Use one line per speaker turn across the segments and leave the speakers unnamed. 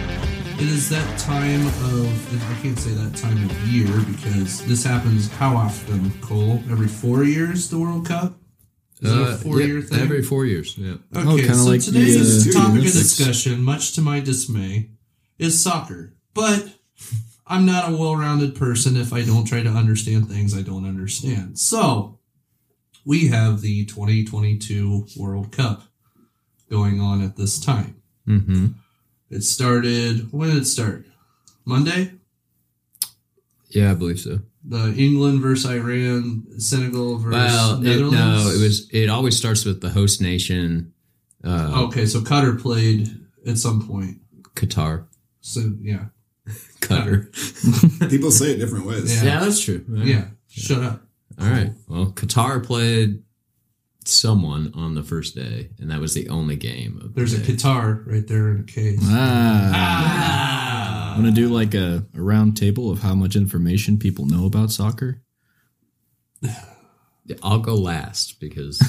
it is that time of I can't say that time of year because this happens how often, Cole? Every four years, the World Cup. Is that
Uh,
a four-year
yeah,
thing? Oh,
Every four years, yeah.
okay,
Oh, kinda
so
like the,
today's
uh,
topic of
Olympics.
discussion, much to my dismay, is soccer. But I'm not a well-rounded person if I don't try to understand things I don't understand. So we have the 2022 World Cup going on at this time.
Mm-hmm.
It started when did it start? Monday?
Yeah, I believe so.
The England versus Iran, Senegal versus
Well, it,
Netherlands.
no, it was. It always starts with the host nation, uh,
okay. So Qatar played at some point.
Qatar,
So yeah,
Qatar.
People say it different ways.
Yeah.
that's true.
yeah. Shut up.
All right. Well, Qatar played someone on the first day, and that was the only game. Of
There's
the
a
day.
guitar right there in a case.
Ah.
Ah.
Want to do like a, a round table of how much information people know about soccer?
Yeah, I'll go last because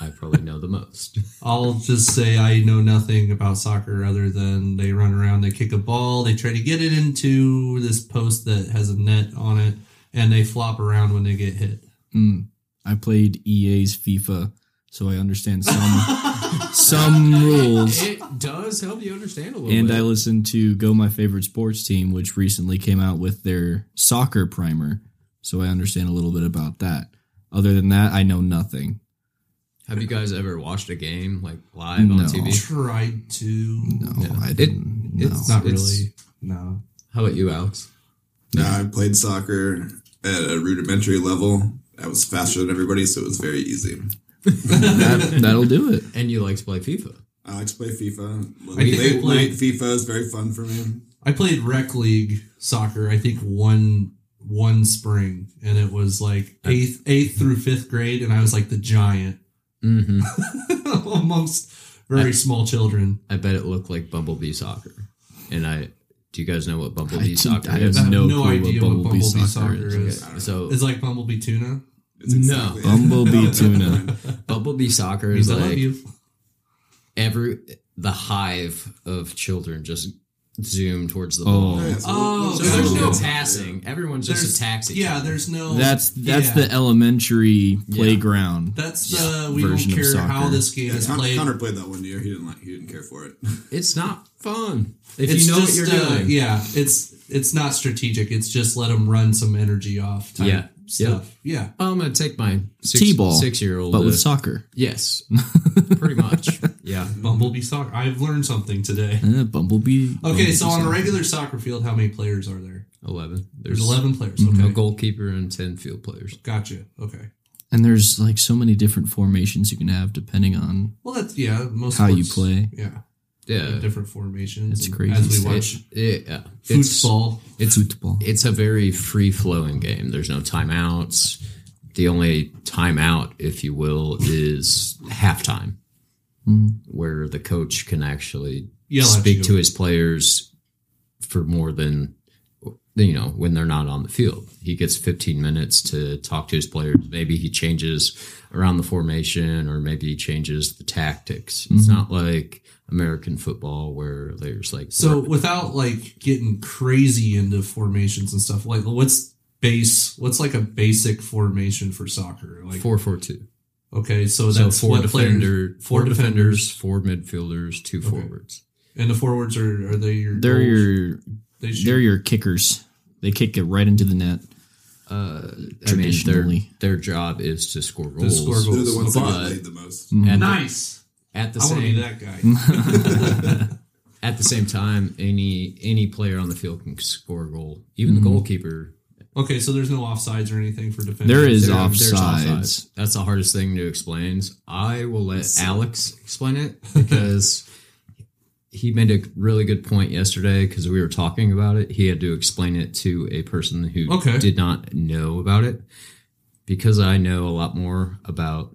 I probably know the most.
I'll just say I know nothing about soccer other than they run around, they kick a ball, they try to get it into this post that has a net on it, and they flop around when they get hit.
Mm. I played EA's FIFA, so I understand some some rules.
It does help you understand a little
And I listened to Go My Favorite Sports Team, which recently came out with their soccer primer, so I understand a little bit about that. Other than that, I know nothing.
Have you guys ever watched a game like live
No.
on TV?
Tried to.
No,
Yeah.
I
It-
didn't. know.
it's-
Not really. No.
How about you, Alex?
No, I played soccer at a rudimentary level. I was faster than everybody, so it was very easy.
that, that'll do it.
And you like to play FIFA?
I like to play FIFA.
I think
Late,
I played-
night FIFA is very fun for me.
I played rec league soccer. I think one one spring, and it was like eighth eighth through fifth grade, and I was like the giant
Mm-hmm.
amongst very small children.
I bet it looked like Bumblebee Soccer. And I, do you guys know what
I
Bumblebee
didn't-
Soccer
I
is?
have
no
no
clue
idea
what
what
Bumblebee
Bumblebee
Soccer
soccer is.
Okay,
Oh.
So
It's like bumblebee tuna.
It's
No.
Bumblebee tuna.
Bumblebee Soccer
Means
is
I love
like
you.
every the hive of children just zoom towards the ball.
Oh,
Oh,
So
okay.
there's no
Yeah.
passing. Everyone's just
There's-
attacks each
Yeah,
other.
there's no.
that's that's
Oh, yeah.
the elementary playground.
That's
Yeah.
the we don't
version of
care
soccer.
how this game
Yeah,
is
Con-
played.
Connor played that one year. He didn't like. He didn't care for it.
It's not fun. If
it's
you know
just
what you're
uh,
doing.
yeah, it's it's not strategic. It's just let them run some energy off. Type
Yeah.
stuff. Yeah,
Oh, I'm going to take my six,
T-ball,
six-year-old.
but with
uh,
soccer.
yes, pretty much. Yeah.
bumblebee soccer. I've learned something today.
Uh, Bumblebee.
Okay,
Bumblebee
so on a
soccer.
regular soccer field, how many players are there?
11. There's,
There's eleven players. Okay,
Mhm.
a goalkeeper and 10 field players.
gotcha. Okay,
and there's like so many different formations you can have depending on
well that's yeah. Most
how you
sports-
play.
Yeah,
Yeah.
different formations.
That's
and
crazy.
As we
It-
watch
Yeah. It's,
football,
it's
Football.
it's a very free flowing game. There's no timeouts. The only timeout, if you will, is halftime,
Mm.
where the coach can actually
yell at
speak
you.
to his players for more than you know when they're not on the field. He gets 15 minutes to talk to his players. Maybe he changes around the formation, or maybe he changes the tactics.
Mm-hmm.
It's not like American football where there's like
So without like getting crazy into formations and stuff, like what's base? What's like a basic formation for soccer? Like
four four two.
okay, so
So
that's
four
what players-
defender,
four
four defenders,
defenders.
four midfielders, two forwards.
and the forwards are are they your?
They're
goals?
your
They shoot-
they're your kickers. They kick it right into the net.
Uh, I mean, their
Traditionally.
their job is to score
To
goals.
score
They're
goals.
the ones that
But-
get laid the most.
Hmm.
At the,
nice.
at the
I want to be
same
that guy.
at the same time, any any player on the field can score a goal. Even
Mm-hmm.
the goalkeeper.
Okay, so there's no offsides or anything for defenders.
There is
there- there's
offsides.
That's the hardest thing to explain. I will let Alex explain it because he made a really good point yesterday because we were talking about it. He had to explain it to a person who
Okay.
did not know about it because I know a lot more about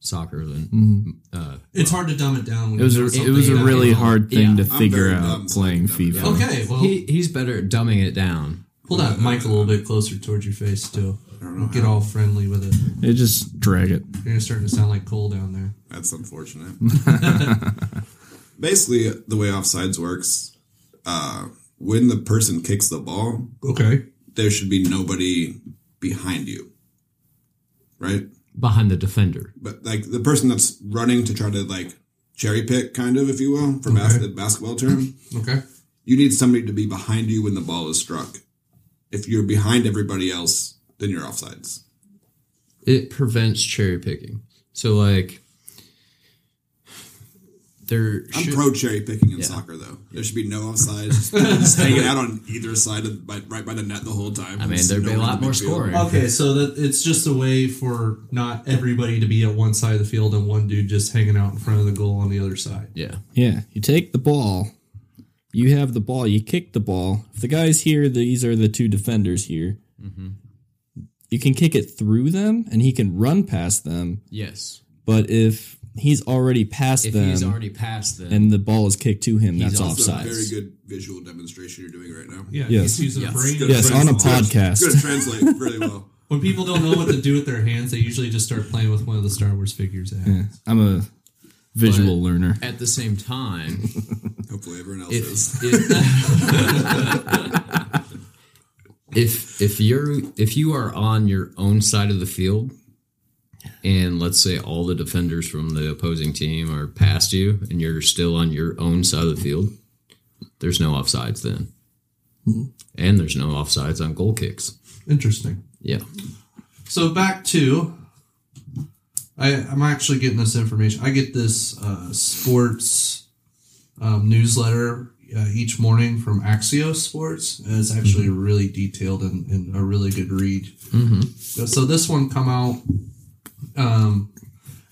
soccer than
Mhm.
uh,
It's hard to dumb it down. When
It was
you
a,
know
it
something
was a
that
really
you know.
hard thing
Yeah.
to
I'm
figure
very
out
dumb, so
playing
I'm dumb.
FIFA.
Okay, well,
he, he's better at dumbing it down.
pull that mic a little bit closer towards your face too. Get all friendly with it.
It just drag it.
You're starting to sound like Cole down there.
That's unfortunate. Basically, the way offsides works, uh, when the person kicks the ball,
Okay.
there should be nobody behind you, right?
behind the defender.
But like the person that's running to try to like cherry pick, kind of, if you will, for bas-
Okay.
the basketball term,
Okay.
you need somebody to be behind you when the ball is struck. If you're behind everybody else, then you're offsides.
It prevents cherry picking. So like there
I'm
should-
pro cherry picking in
Yeah.
soccer, though. There should be no offsides. just hanging out on either side of by, right by the net the whole time.
I mean,
There's
there'd be a
no one
lot
in
more
midfield.
scoring.
Okay, so that it's just a way for not everybody to be at one side of the field and one dude just hanging out in front of the goal on the other side.
yeah.
Yeah, you take the ball. You have the ball. You kick the ball. If the guys here, these are the two defenders here.
Mm-hmm.
You can kick it through them, and he can run past them.
Yes.
But if he's already past
If
them,
he's already past them
and the ball is kicked to him, that's
It's a
offsides.
very good visual demonstration you're doing right now.
Yeah,
Yes.
he's using
Yes.
a brain.
Good.
yes, on a
It's gonna- It's going
podcast.
to translate really well.
When people don't know what to do with their hands, they usually just start playing with one of the Star Wars figures. They have.
I'm a visual learner.
at the same time,
Hopefully, everyone else is.
if if, if if you're if you are on your own side of the field and let's say all the defenders from the opposing team are past you and you're still on your own side of the field there's no offsides then
Hmm.
and there's no offsides on goal kicks
Interesting.
yeah
So back to, I, I'm actually getting this information. I get this uh, sports um, newsletter uh, each morning from Axios Sports. And it's actually
Mm-hmm.
really detailed and, and a really good read. Uh, So this one come out, um,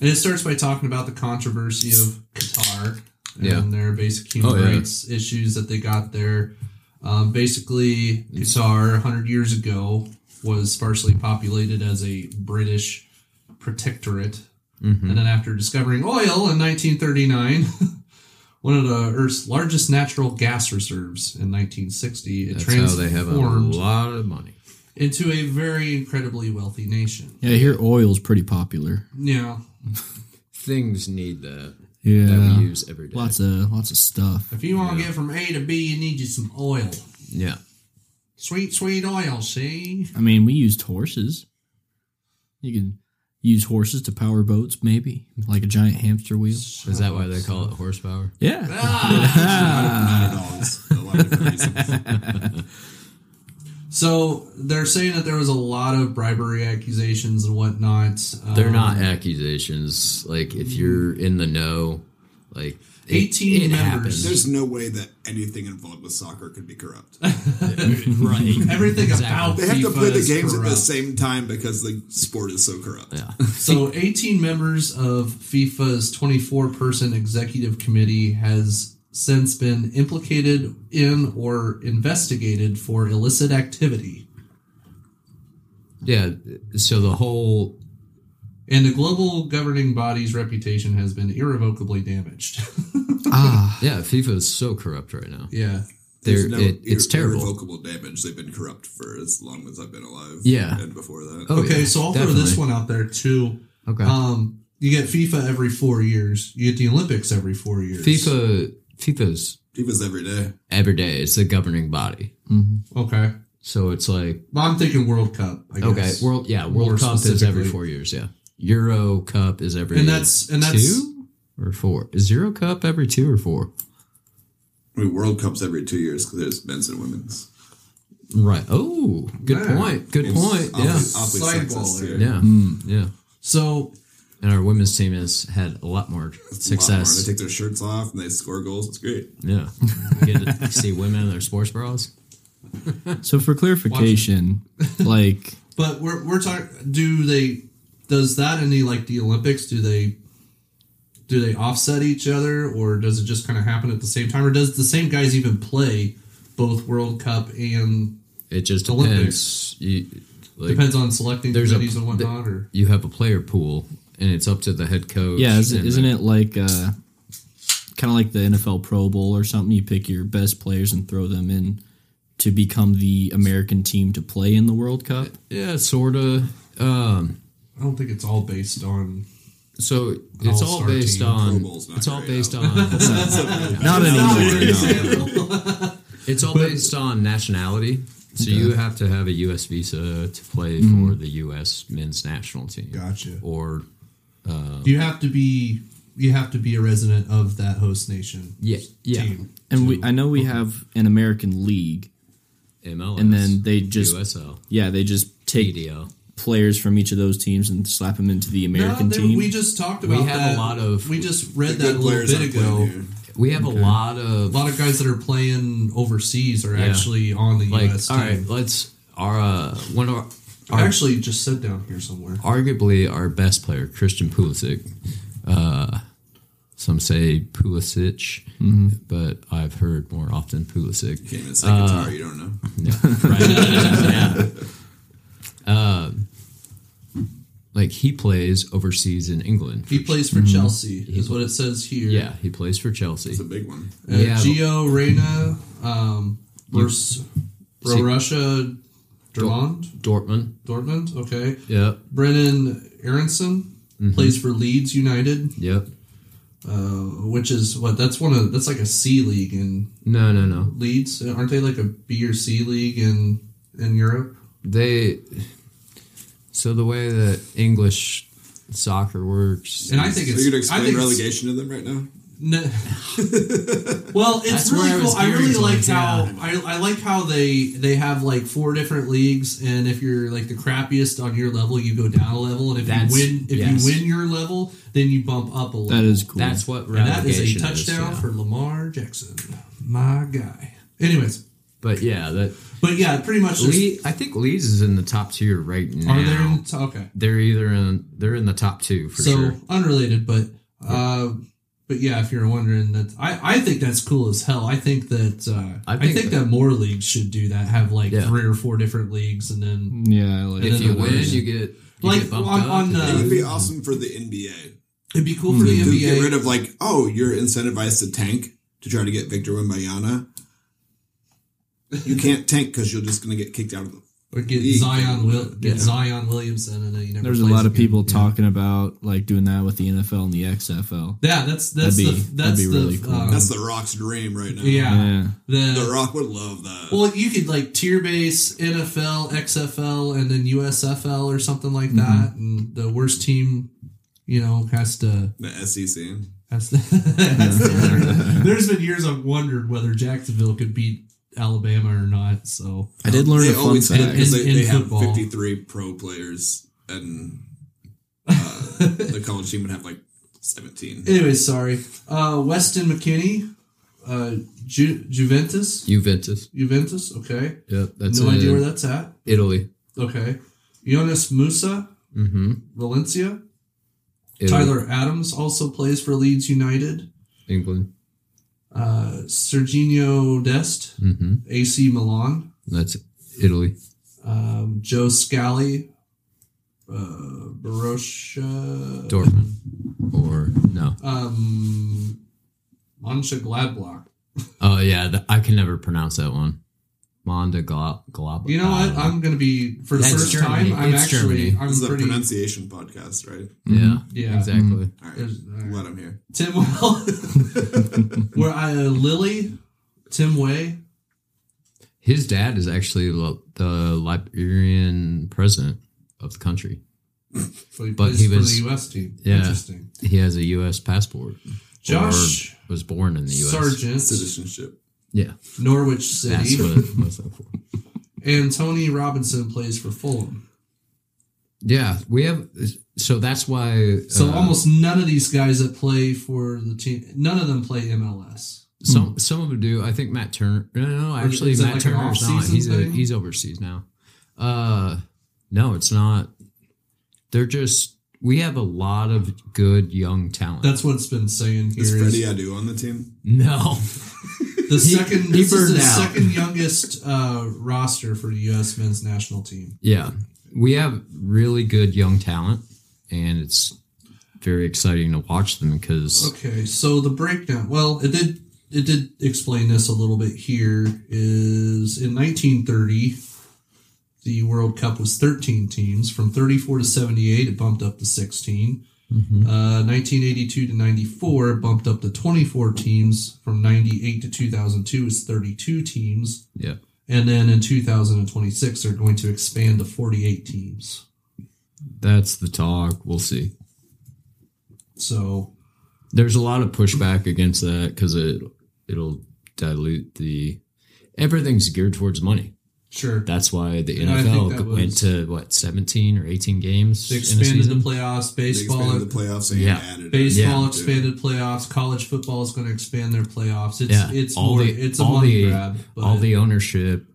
and it starts by talking about the controversy of Qatar and
Yeah.
their basic human
Oh, yeah.
rights issues that they got there. Um, basically, Qatar 100 years ago was sparsely populated as a British protectorate.
Mm-hmm.
And then after discovering oil in 1939, one of the Earth's largest natural gas reserves in 1960, it
that's how
transformed
they have a lot of money
into a very incredibly wealthy nation.
Yeah, I hear oil's pretty popular.
Yeah.
things need that that we
Yeah,
use every day
lots of lots of stuff.
If you want to get from A to B, you need you some oil.
yeah
Sweet, sweet oil, see?
I mean, we used horses. You could use horses to power boats, maybe like a giant hamster wheel.
is that why they call it horsepower
Yeah,
Ah!
Not at all. It's a lot of different reasons.
so they're saying that there was a lot of bribery accusations and whatnot. Um,
They're not accusations. Like if you're in the know, like it-
18
it
members.
There's no way that anything involved with soccer could be corrupt.
happens. right?
Everything
Exactly.
about
They have to
FIFA
play the
is
games at the
corrupt.
same time because the sport is so corrupt.
Yeah.
So, 18 members of FIFA's 24 person executive committee has since been implicated in or investigated for illicit activity.
Yeah. So the whole
And the global governing body's reputation has been irrevocably damaged.
yeah, FIFA is so corrupt right now.
yeah.
They're,
There's no
it, it's
irre-
terrible.
Irrevocable damage. They've been corrupt for as long as I've been alive.
Yeah.
And before that.
Oh,
Okay,
yeah,
so I'll throw
definitely.
this one out there too.
Okay.
Um, you get FIFA every four years. You get the Olympics every four years.
FIFA FIFA's
FIFA's every day.
every day. It's the governing body.
Okay.
So it's like
Well, I'm thinking World Cup. I
okay,
guess.
world yeah,
More
World Cup is every
specifically.
four years. Yeah, Euro Cup is every
And that's- and that's-
two or four. Is Euro Cup every two or four?
I mean, World Cup's every two years because there's men's and women's.
Right. Oh, good
Yeah.
point. Good
It's
point.
awfully-
Yeah.
Awfully
Sideball
sexist
area.
here.
Yeah.
Hmm.
Yeah.
So
And our women's team has had a lot more
A lot more. They
success.
take their shirts off and they score goals. It's great.
Yeah. Get to see women in their sports bras.
So for clarification, like
But we're we're talking. Do they? Does that in the like the Olympics? Do they? Do they offset each other, or does it just kind of happen at the same time, or does the same guys even play both World Cup and
It just
Olympics.
depends. You, like,
depends on selecting
There's a-
committees and whatnot? Or
you have a player pool, and it's up to the head coach.
yeah, is,
and
isn't
the-
it like uh, kind of like the NFL Pro Bowl or something? You pick your best players and throw them in to become the American team to play in the World Cup.
Yeah, sort of. Um,
I don't think it's all based on.
so it's all
all-star
based
team.
on.
Pro Bowl's not
It's all
great,
based
though.
on.
Not anymore. no.
It's all based on nationality. So you have to have a U.S. visa to play for the U.S. men's national team.
Gotcha.
Or Oh.
You have to be you have to be a resident of that host nation.
yeah, yeah,
Team.
And we I know we have an American league,
MLS,
and then they just
USL,
yeah they just take
ADL.
players from each of those teams and slap them into the American
No, they-
team.
We just talked about
have a
that.
lot of-
we just read
The
that a
good
little
players
bit
aren't playing
ago.
here.
We have a lot of
A lot of guys that are playing overseas are
Yeah.
actually on the
like.
U.S.
All
team.
right, let's our uh, one of our,
I actually just sit down here somewhere.
arguably our best player, Christian Pulisic. Uh, some say Pulisic, but I've heard more often Pulisic.
Came in
Uh,
second guitar, you don't know.
No, right? yeah. Um, like he plays overseas in England.
He plays for Chelsea, is what it says here.
Mm-hmm. Yeah, he plays for Chelsea.
It's a big one.
Uh,
Yeah, but-
Gio Reyna um, versus Bro
See-
Russia Dortmund.
Dortmund.
Dortmund, okay.
Yep.
Brennan Aronson
Mm-hmm.
plays for Leeds United,
Yep.
uh, which is what that's one of that's like a C league in
No, no, no.
Leeds. Aren't they like a B or C league in in Europe?
They. So the way that English soccer works,
And I think
Are
it's
you going to
I
explain
think it's-
relegation to them right now?
No. well, it's
That's where I
really
was
cool. I
gearing
really liked
towards, yeah.
how I, I like how they they have like four different leagues, and if you're like the crappiest on your level, you go down a level, and if
That's-
you win if
yes.
you win your level, then you bump up a level.
that is cool.
that's what
and that
relegation
is
is.
a touchdown
yeah.
for Lamar Jackson, my guy. Anyways,
But yeah, that
but yeah, pretty much. there's-
Le- I think Leeds is in the top tier right now.
Are they in, okay?
They're either in they're in the top two for
so
sure.
unrelated, but uh, but yeah, if you're wondering that, I, I think that's cool as hell. I think that uh,
I
I
think
think,
that-
that more leagues should do that. Have like
Yeah.
three or four different leagues, and then
yeah, I like
And
If
then
you
the
win,
winners-
you get you
Like,
get bumped
on-
up.
on,
If
uh,
It
you-
would be awesome for the NBA.
it'd be cool for the
To Mm-hmm. get
NBA.
rid of like, oh, you're incentivized to tank to try to get Victor Wembanyama. You can't tank because you're just going to get kicked out of the.
or get
league.
Zion Will, get
Yeah.
Zion Williamson, and then you never.
There's a
plays
lot of
again.
people talking about like doing that with the NFL and the XFL.
Yeah, that's that's
That'd be-
the
that'd
that's
be
the
really cool.
um,
That's the Rock's dream right now.
yeah,
Yeah.
The
the.
Rock would love that.
Well, you could like tier base NFL, XFL, and then USFL or something like
Mm-hmm.
that, and the worst team, you know, has to
the E SEC.
That's the, that's the There's been years I've wondered whether Jacksonville could beat Alabama or not. So
I did learn
They
a fun
always
fact.
can because
In-
they,
in
they have
football.
53 pro players and uh, the college team would have like 17.
anyway, sorry. Uh, Weston McKinney, uh, Ju- Juventus,
Juventus.
Juventus. Okay,
Yep, that's
no
in
idea where that's at.
Italy.
Okay, Jonas Musa,
Mm-hmm.
Valencia.
Italy.
Tyler Adams also plays for Leeds United.
England.
Uh, Serginho Dest,
Mm-hmm.
AC Milan.
That's Italy.
Um, Joe Scally, uh, Borussia.
Dortmund. Or no.
um Mancha Gladblock.
Oh yeah, th- I can never pronounce that one. Monda Glob.
You know what? I'm gonna be for the
Um, That's
first
Germany.
time. I'm
It's
actually
Germany.
I'm
This is a
pretty.
pronunciation podcast, right?
yeah,
Yeah.
exactly.
All right.
There's- all right.
Let him hear.
Tim Well, where I uh, Lily, Tim Way.
His dad is actually lo- the Liberian president of the country.
So he
But
plays
he
for
was-
the U.S. team.
yeah.
Interesting.
He has a U.S. passport.
Josh
Or was born in the U.S.
Sargent,
Citizenship.
Yeah,
Norwich
that's
City,
what it was up for.
and Tony Robinson plays for Fulham.
Yeah, we have. So that's why.
So
uh,
almost none of these guys that play for the team, none of them play MLS.
some some of them do. I think Matt Turner. No, no, no, actually,
Hmm. is it
Matt
like an
Turner's not.
off-season
He's a,
thing?
he's overseas now. Uh, no, it's not. They're just. We have a lot of good young talent.
That's what it's been saying here.
Is
is-
Freddie Adu on the team?
no.
The second,
he
this is
burned
the
out.
second youngest uh, roster for the U.S. men's national team.
Yeah, we have really good young talent, and it's very exciting to watch them because
Okay, so the breakdown. Well, it did it did explain this a little bit. Here is in 1930, the World Cup was 13 teams. From 34 to 78, it bumped up to 16. Uh, 1982 to 94 bumped up to 24 teams. From 98 to 2002 is 32 teams.
Yeah.
And then in 2026, they're going to expand to 48 teams.
That's the talk. We'll see.
So,
There's a lot of pushback against that because it it'll dilute the everything's geared towards money.
sure.
That's why the
And I think
NFL
that
went
was-
to what 17 or 18 games
They
in a
expanded the
season.
playoffs.
They
Baseball,
expanded the playoffs and
Yeah.
added it.
baseball
Yeah.
expanded playoffs. College football is going to expand their playoffs. It's
yeah,
it's
all
more,
the
it's a
all
money
the
grab. But
all the ownership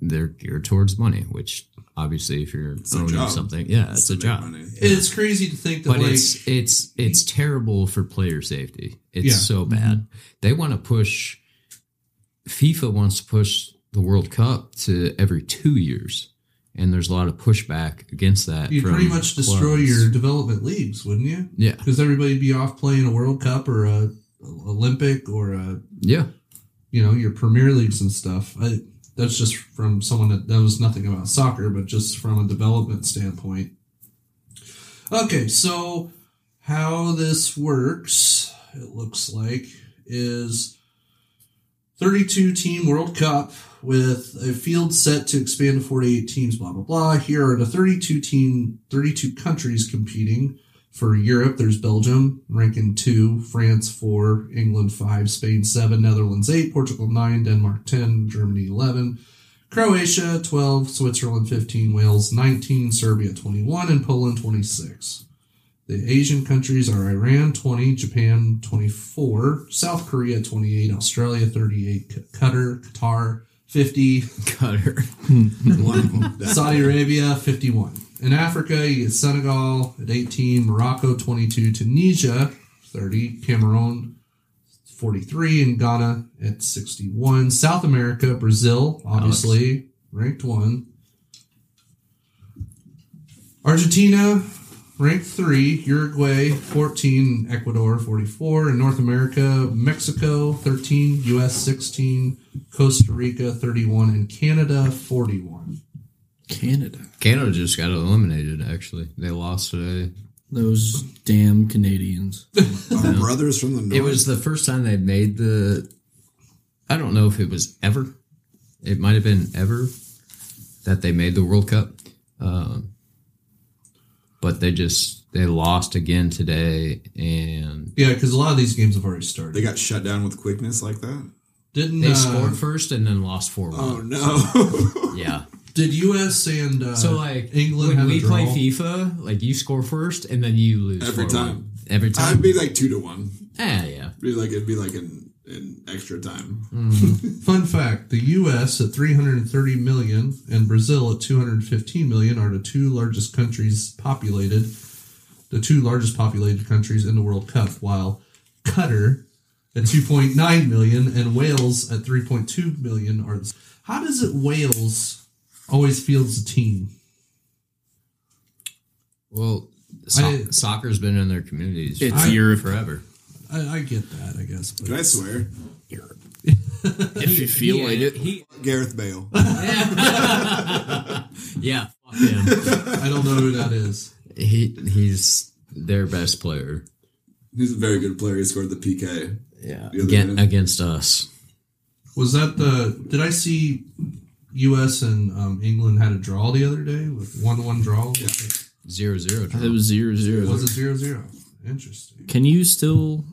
they're geared towards money, which obviously if you're
their
owning
job.
something, yeah, it's
to
a
make
job.
money.
it's crazy to think that
but
like
it's it's it's terrible for player safety. It's
Yeah. Mm-hmm.
so bad. They want to push. FIFA wants to push the World Cup to every two years, and there's a lot of pushback against that.
you'd
from
pretty much destroy
clubs.
your development leagues, wouldn't you?
yeah
Because everybody'd be off playing a World Cup or a Olympic or a
yeah
you know your Premier Leagues and stuff. I, that's just from someone that knows nothing about soccer, but just from a development standpoint. Okay, so how this works, it looks like, is 32 team World Cup with a field set to expand to 48 teams, blah, blah, blah. Here are the 32 team, 32 countries competing. For Europe, there's Belgium ranking two, France four, England five, Spain seven, Netherlands eight, Portugal nine, Denmark 10, Germany 11, Croatia 12, Switzerland 15, Wales 19, Serbia 21, and Poland 26. The Asian countries are Iran 20, Japan 24, South Korea 28, Australia 38, Q- Qatar, Qatar 50,
cutter.
One of them. That-
Saudi Arabia 51. In Africa, you get Senegal at 18, Morocco 22, Tunisia 30, Cameroon 43, and Ghana at 61. South America, Brazil, obviously ranked one. Argentina ranked three, Uruguay 14, Ecuador 44, in North America, Mexico 13, US 16, Costa Rica 31, and Canada 41.
Canada.
Canada just got eliminated. Actually, they lost today.
Those damn Canadians.
Our brothers from the north.
It was the first time they made the. I don't know if it was ever. It might have been ever that they made the World Cup, um, but they just they lost again today, and
Yeah, because a lot of these games have already started.
they got shut down with quickness like that.
Didn't
they
uh,
scored first and then lost four one.
Oh no!
Yeah.
Did U.S. and uh,
So like
England
when
have
we
a draw?
play FIFA, like you score first and then you lose
Every
4-1.
time.
Every time.
I'd be like two to one.
yeah, yeah.
Be like it'd be like an an extra time.
Fun fact: the U.S. at 330 million and Brazil at 215 million are the two largest countries populated, the two largest populated countries in the World Cup. While Qatar at 2.9 million and Wales at 3.2 million are. The, how does it Wales always fields a team?
Well, so-
I-
soccer's been in their communities
It's
for-
Europe.
forever.
I, I get that, I guess. But
Can I swear?
If you feel
Yeah,
like it.
he-
Gareth Bale.
yeah, fuck him.
I don't know who that is.
He he's their best player.
He's a very good player. He scored the PK.
Yeah,
The other
against,
man.
against us.
Was that the? Did I see U.S. and um, England had a draw the other day with one-one draw?
Zero zero.
It was zero zero.
Was it zero-zero? Interesting.
Can you still?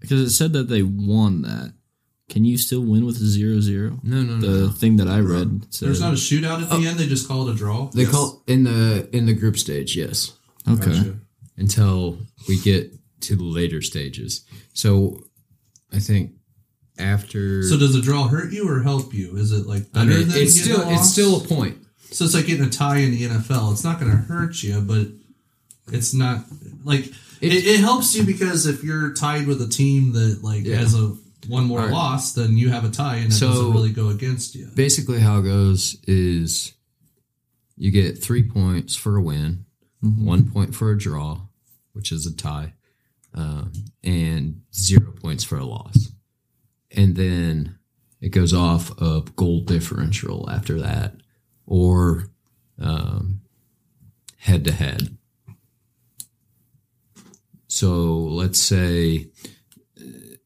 Because it said that they won that. Can you still win with a zero zero?
no, no, no.
The
no.
thing that I read said.
There's not a shootout at the end. They just call it a draw.
They call in the in the group stage. Yes,
okay.
Gotcha.
until we get to the later stages. So, I think after.
So does a draw hurt you or help you? Is it like better
I mean,
than
it's
getting a
still it's
loss?
still a point.
so it's like getting a tie in the NFL. It's not going to hurt you, but it's not like it, it, helps you because if you're tied with a team that like
Yeah.
has a one more
Alright.
loss, then you have a tie and it
So-
doesn't really go against you.
Basically, how it goes is you get three points for a win, one point for a draw, which is a tie, um, and zero points for a loss. And then it goes off of goal differential after that or um, head to head. So let's say uh,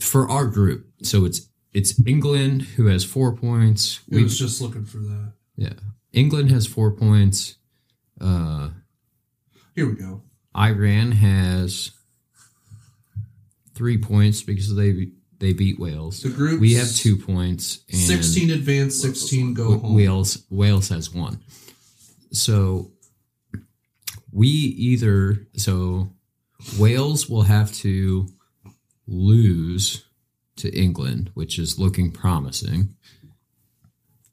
for our group, so it's it's England who has four points.
I
We
was just looking for that.
yeah, England has four points. Uh,
Here we go.
Iran has three points because they they beat Wales.
The group
We have two points. And
Sixteen advance, sixteen go home.
Wales Wales has one. So we either so Wales will have to lose to England, which is looking promising.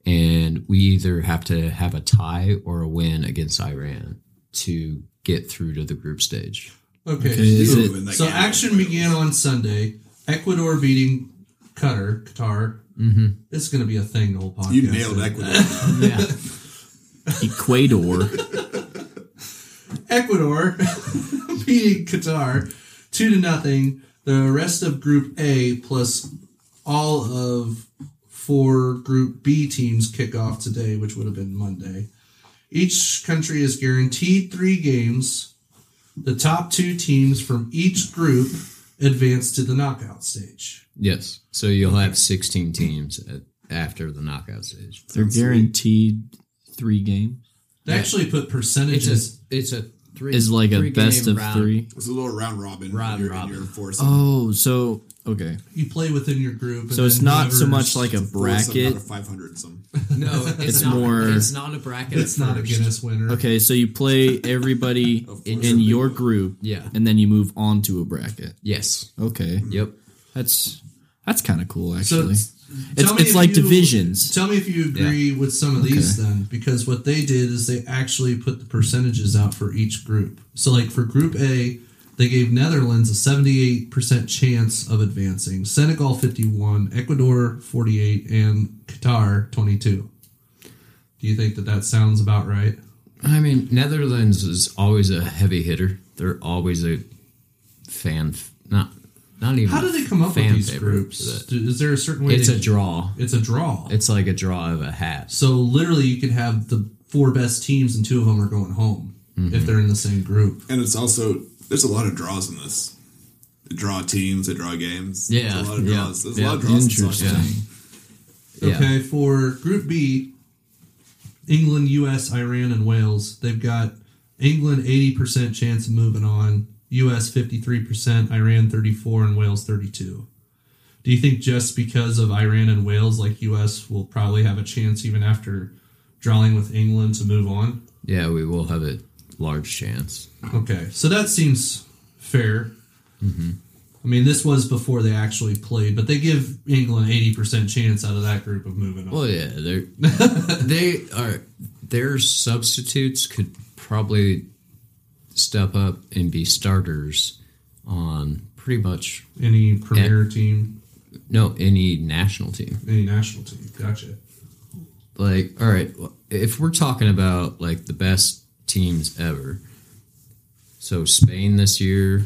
And we either have to have a tie or a win against Iran to get through to the group stage.
Okay.
Okay, is
so,
it-
Ooh, and that
so
game
action
was-
began on Sunday. Ecuador beating Qatar. Qatar.
Mm-hmm.
It's going to be a thing. The whole podcast.
You nailed Ecuador.
Yeah.
Ecuador.
Ecuador beating Qatar two to nothing. The rest of Group A plus all of four Group B teams kick off today, which would have been Monday. Each country is guaranteed three games. The top two teams from each group advance to the knockout stage.
yes. So you'll have 16 teams at, after the knockout stage.
They're guaranteed three games.
They actually put
It's
percentages.
a it's a three
Is like a
three
best
game
of
round.
three.
It's a little round robin.
Round
you're,
robin.
You're forcing.
Oh, so okay.
you play within your group. and
So it's
then
not so
whoever's-
much like a bracket.
five hundred some.
No, it's,
It's
not,
more-
It's not a bracket.
It's not a Guinness winner.
Okay, so you play everybody in, in your group,
Yeah.
and then you move on to a bracket.
Yes.
Okay,
Yep.
that's that's kind of cool
So
actually. it's
tell me
it's
if
like
you-
divisions.
Tell me if you agree with some of these then, because what they did is they actually put the percentages out for each group. So, like for Group A, they gave Netherlands a 78% chance of advancing, Senegal 51, Ecuador 48, and Qatar 22. Do you think that that sounds about right?
I mean, Netherlands is always a heavy hitter. They're always a fan. f- Not not even.
How do they come up with
fan
these
favorite for
groups?
that.
Do- Is there a certain way?
It's
they-
a draw.
It's a draw.
It's like a draw of a hat.
so literally, you could have the four best teams, and two of them are going home if they're in the same group.
And it's also there's a lot of draws in this. They draw teams, they draw games.
Yeah,
there's a lot of
yeah,
draws. There's
yeah.
a lot of draws. in soccer.
Interesting.
Yeah.
Okay, for Group B, England, U.S., Iran, and Wales. They've got England eighty percent chance of moving on. U.S. fifty-three percent, Iran thirty-four, and Wales thirty-two. Do you think just because of Iran and Wales, like U.S. will probably have a chance even after drawing with England to move on?
Yeah, we will have a large chance.
Okay, so that seems fair. I mean, this was before they actually played, but they give England eighty percent chance out of that group of moving on.
Well, Oh, yeah, they're they are their substitutes could probably step up and be starters on pretty much
Any premier team
no any national team.
Any national team. Gotcha.
like all right if we're talking about like the best teams ever so spain this year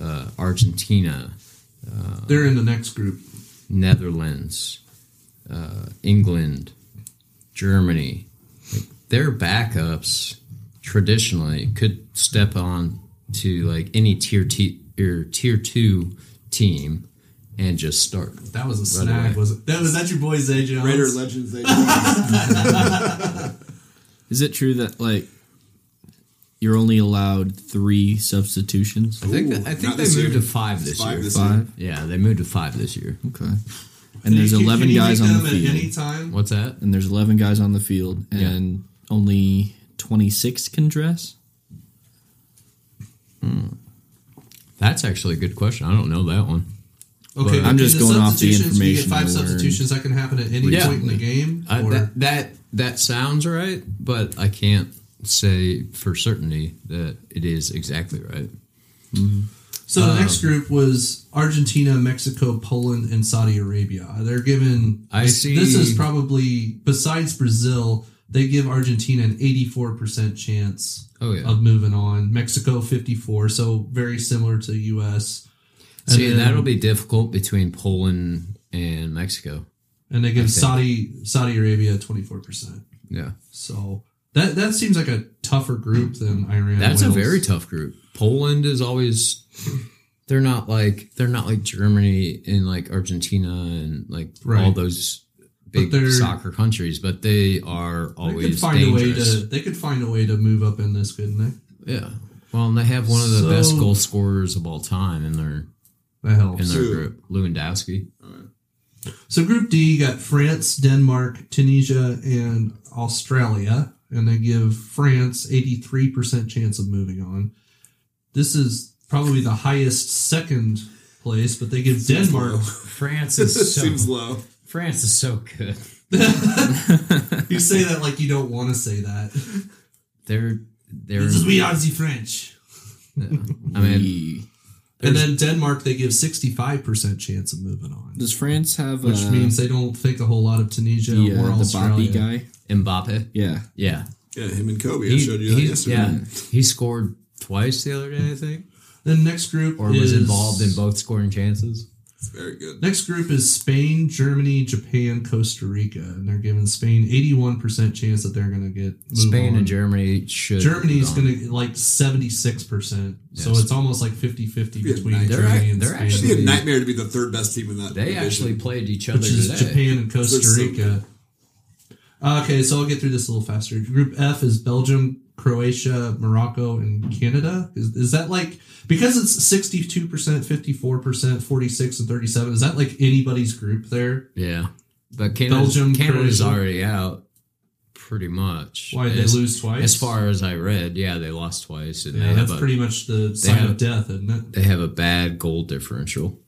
uh, argentina
They're in the next group.
netherlands uh, england germany like, their backups traditionally could step on to like any tier t- or tier two team and just start
That was a
Right
snag,
away.
was it? That was that your boy Zay Jones?
Raider legends. They draw.
Is it true that like you're only allowed three substitutions?
i think,
Ooh,
that, I
not
think they
this
moved
year.
to five this
Five
year
this year.
Five.
yeah they moved to five this year
Okay. And there's
Can you-
eleven
can you
guys
make
on
them
the
at any
field.
time.
what's that
And there's eleven guys on the field,
Yeah.
and only twenty six can dress.
That's actually a good question. I don't know that one.
Okay,
But-
I'm
do
just
the
going off the
substitutions, You get
information I
five
learned.
substitutions that can happen at any
Yeah.
point in the game.
I,
or-
that, that that sounds right, but I can't say for certainty that it is exactly right.
so the next
Um,
group was Argentina, Mexico, Poland, and Saudi Arabia. They're given.
I
this-
see-
This is probably besides Brazil. They give Argentina an 84% chance
Oh, yeah.
of moving on. Mexico 54, so very similar to US. And
See,
then-
that'll be difficult between Poland and Mexico.
and they give
think.
Saudi Saudi Arabia twenty four percent.
Yeah.
So That that seems like a tougher group than Iran.
That's
Wales.
a very tough group. Poland is always they're not like they're not like Germany and like Argentina and like all
Right.
those big
they're-
soccer countries, but they are
They
always
could find
dangerous.
a way to. They could find a way to move up in this, couldn't they?
yeah. Well, and they have one of the best
So-
goal scorers of all time in their
That helps.
in their
Who?
group, Lewandowski.
So Group D, you got France, Denmark, Tunisia, and Australia, and they give France 83% chance of moving on. This is probably the highest second place, but they give Denmark.
France
Seems low.
France is so good.
You say that like you don't want to say that.
They're they're
This is we are the French.
I mean
And then Denmark, they give 65% chance of moving on,
Does France have
which
uh,
means they don't think a whole lot of Tunisia
the,
or
uh, the Bobby
Australia.
guy?
Mbappe.
Yeah.
Yeah.
Yeah, him and Kobe. I
He-
showed you that
he-
yesterday.
yeah. He scored twice the other day, I think.
Then next group
or
is-
was involved in both scoring chances.
It's very good.
Next group is Spain, Germany, Japan, Costa Rica, and they're giving Spain eighty-one percent chance that they're going to get move
Spain
on.
and Germany should.
Germany's
move
going
on.
to like seventy-six percent, so
Yes.
it's almost like 50-50
Yeah,
between
they're
Germany
ac-
and
they're
Spain,
It'd be a
actually-
nightmare to be the third best team in that.
They
division.
actually played each other
which is
today.
Japan and Costa
They're so
Rica. Okay, so I'll get through this a little faster. Group F is Belgium, Croatia, Morocco, and Canada. Is, is that like because it's sixty-two percent, fifty-four percent, forty-six, and thirty-seven? Is that like anybody's group there?
Yeah, but Canada's,
Belgium,
Canada's
Croatia.
already out, pretty much.
Why did
as,
they lose twice?
As far as I read, yeah, they lost twice, and
Yeah,
they have
that's
a
pretty much the sign
have-
of death, isn't it?
they have a bad goal differential.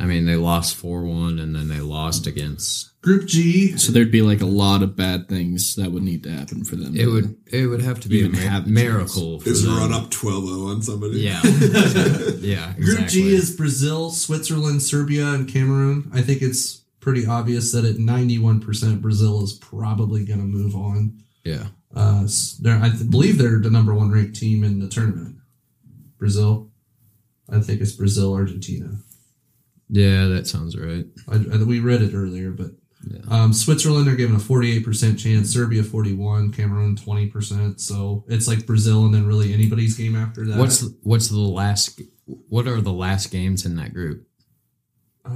I mean, they lost four one, and then they lost against.
Group G.
So there'd be like a lot of bad things that would need to happen for them.
It would it would have to be a
Even
mi-
have a
miracle. For
Israel
them.
run up 12-0 on somebody.
uh, Yeah, yeah. Exactly.
Group G is Brazil, Switzerland, Serbia, and Cameroon. I think it's pretty obvious that at 91%, Brazil is probably going to move on.
yeah.
Uh, s- they're, I th- believe they're the number one ranked team in the tournament. Brazil. I think it's Brazil, Argentina.
Yeah, that sounds right.
I, I, we read it earlier, but
Yeah.
um, Switzerland they're given a forty-eight percent chance, Serbia forty-one, Cameroon twenty percent. So it's like Brazil, and then really anybody's game after that.
What's what's the last? What are the last games in that group?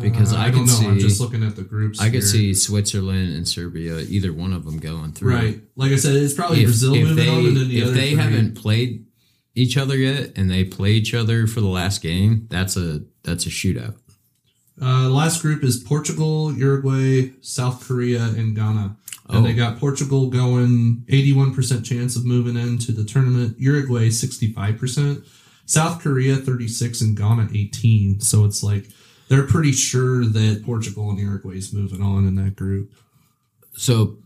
because I
Uh, don't
can
know. I'm
see-
just looking at the groups.
I could
here.
see Switzerland and Serbia, either one of them going through.
right. Like I said, it's probably Brazil moving
they,
on, and then the
if
other
they
three.
haven't played each other yet, and they play each other for the last game, that's a that's a shootout.
Uh, last group is Portugal, Uruguay, South Korea, and Ghana. And
Oh.
they got Portugal going 81% chance of moving into the tournament. Uruguay 65%, South Korea 36, and Ghana 18. So it's like they're pretty sure that Portugal and Uruguay is moving on in that group.
So,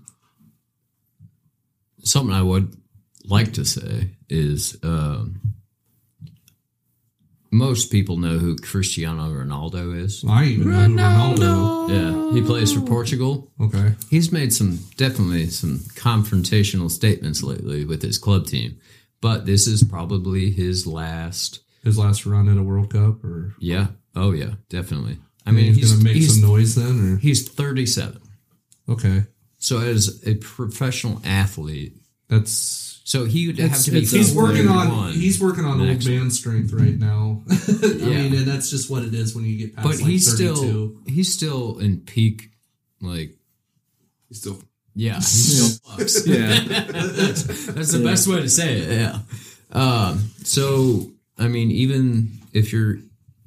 something I would like to say is um, most people know who Cristiano Ronaldo is.
I even know who Ronaldo.
Yeah, he plays for Portugal.
Okay.
He's made some definitely some confrontational statements lately with his club team, but this is probably his last.
His last run at a World Cup, or
Yeah. Oh yeah, definitely. I
I mean,
mean,
he's, going to make
he's,
some noise then,
he's 37.
or okay,
So as a professional athlete,
that's
so he would
It's-
have to be.
it's-
he's working on
31.
he's working on old
Next.
man strength right now. I mean,
Yeah.
and that's just what it is when you get past.
but
like
he's
32.
still he's still in peak, like
He's still
yeah, he's still fucks.
Yeah.
That's the best way to say it. Yeah. Um, so, I mean, even if you're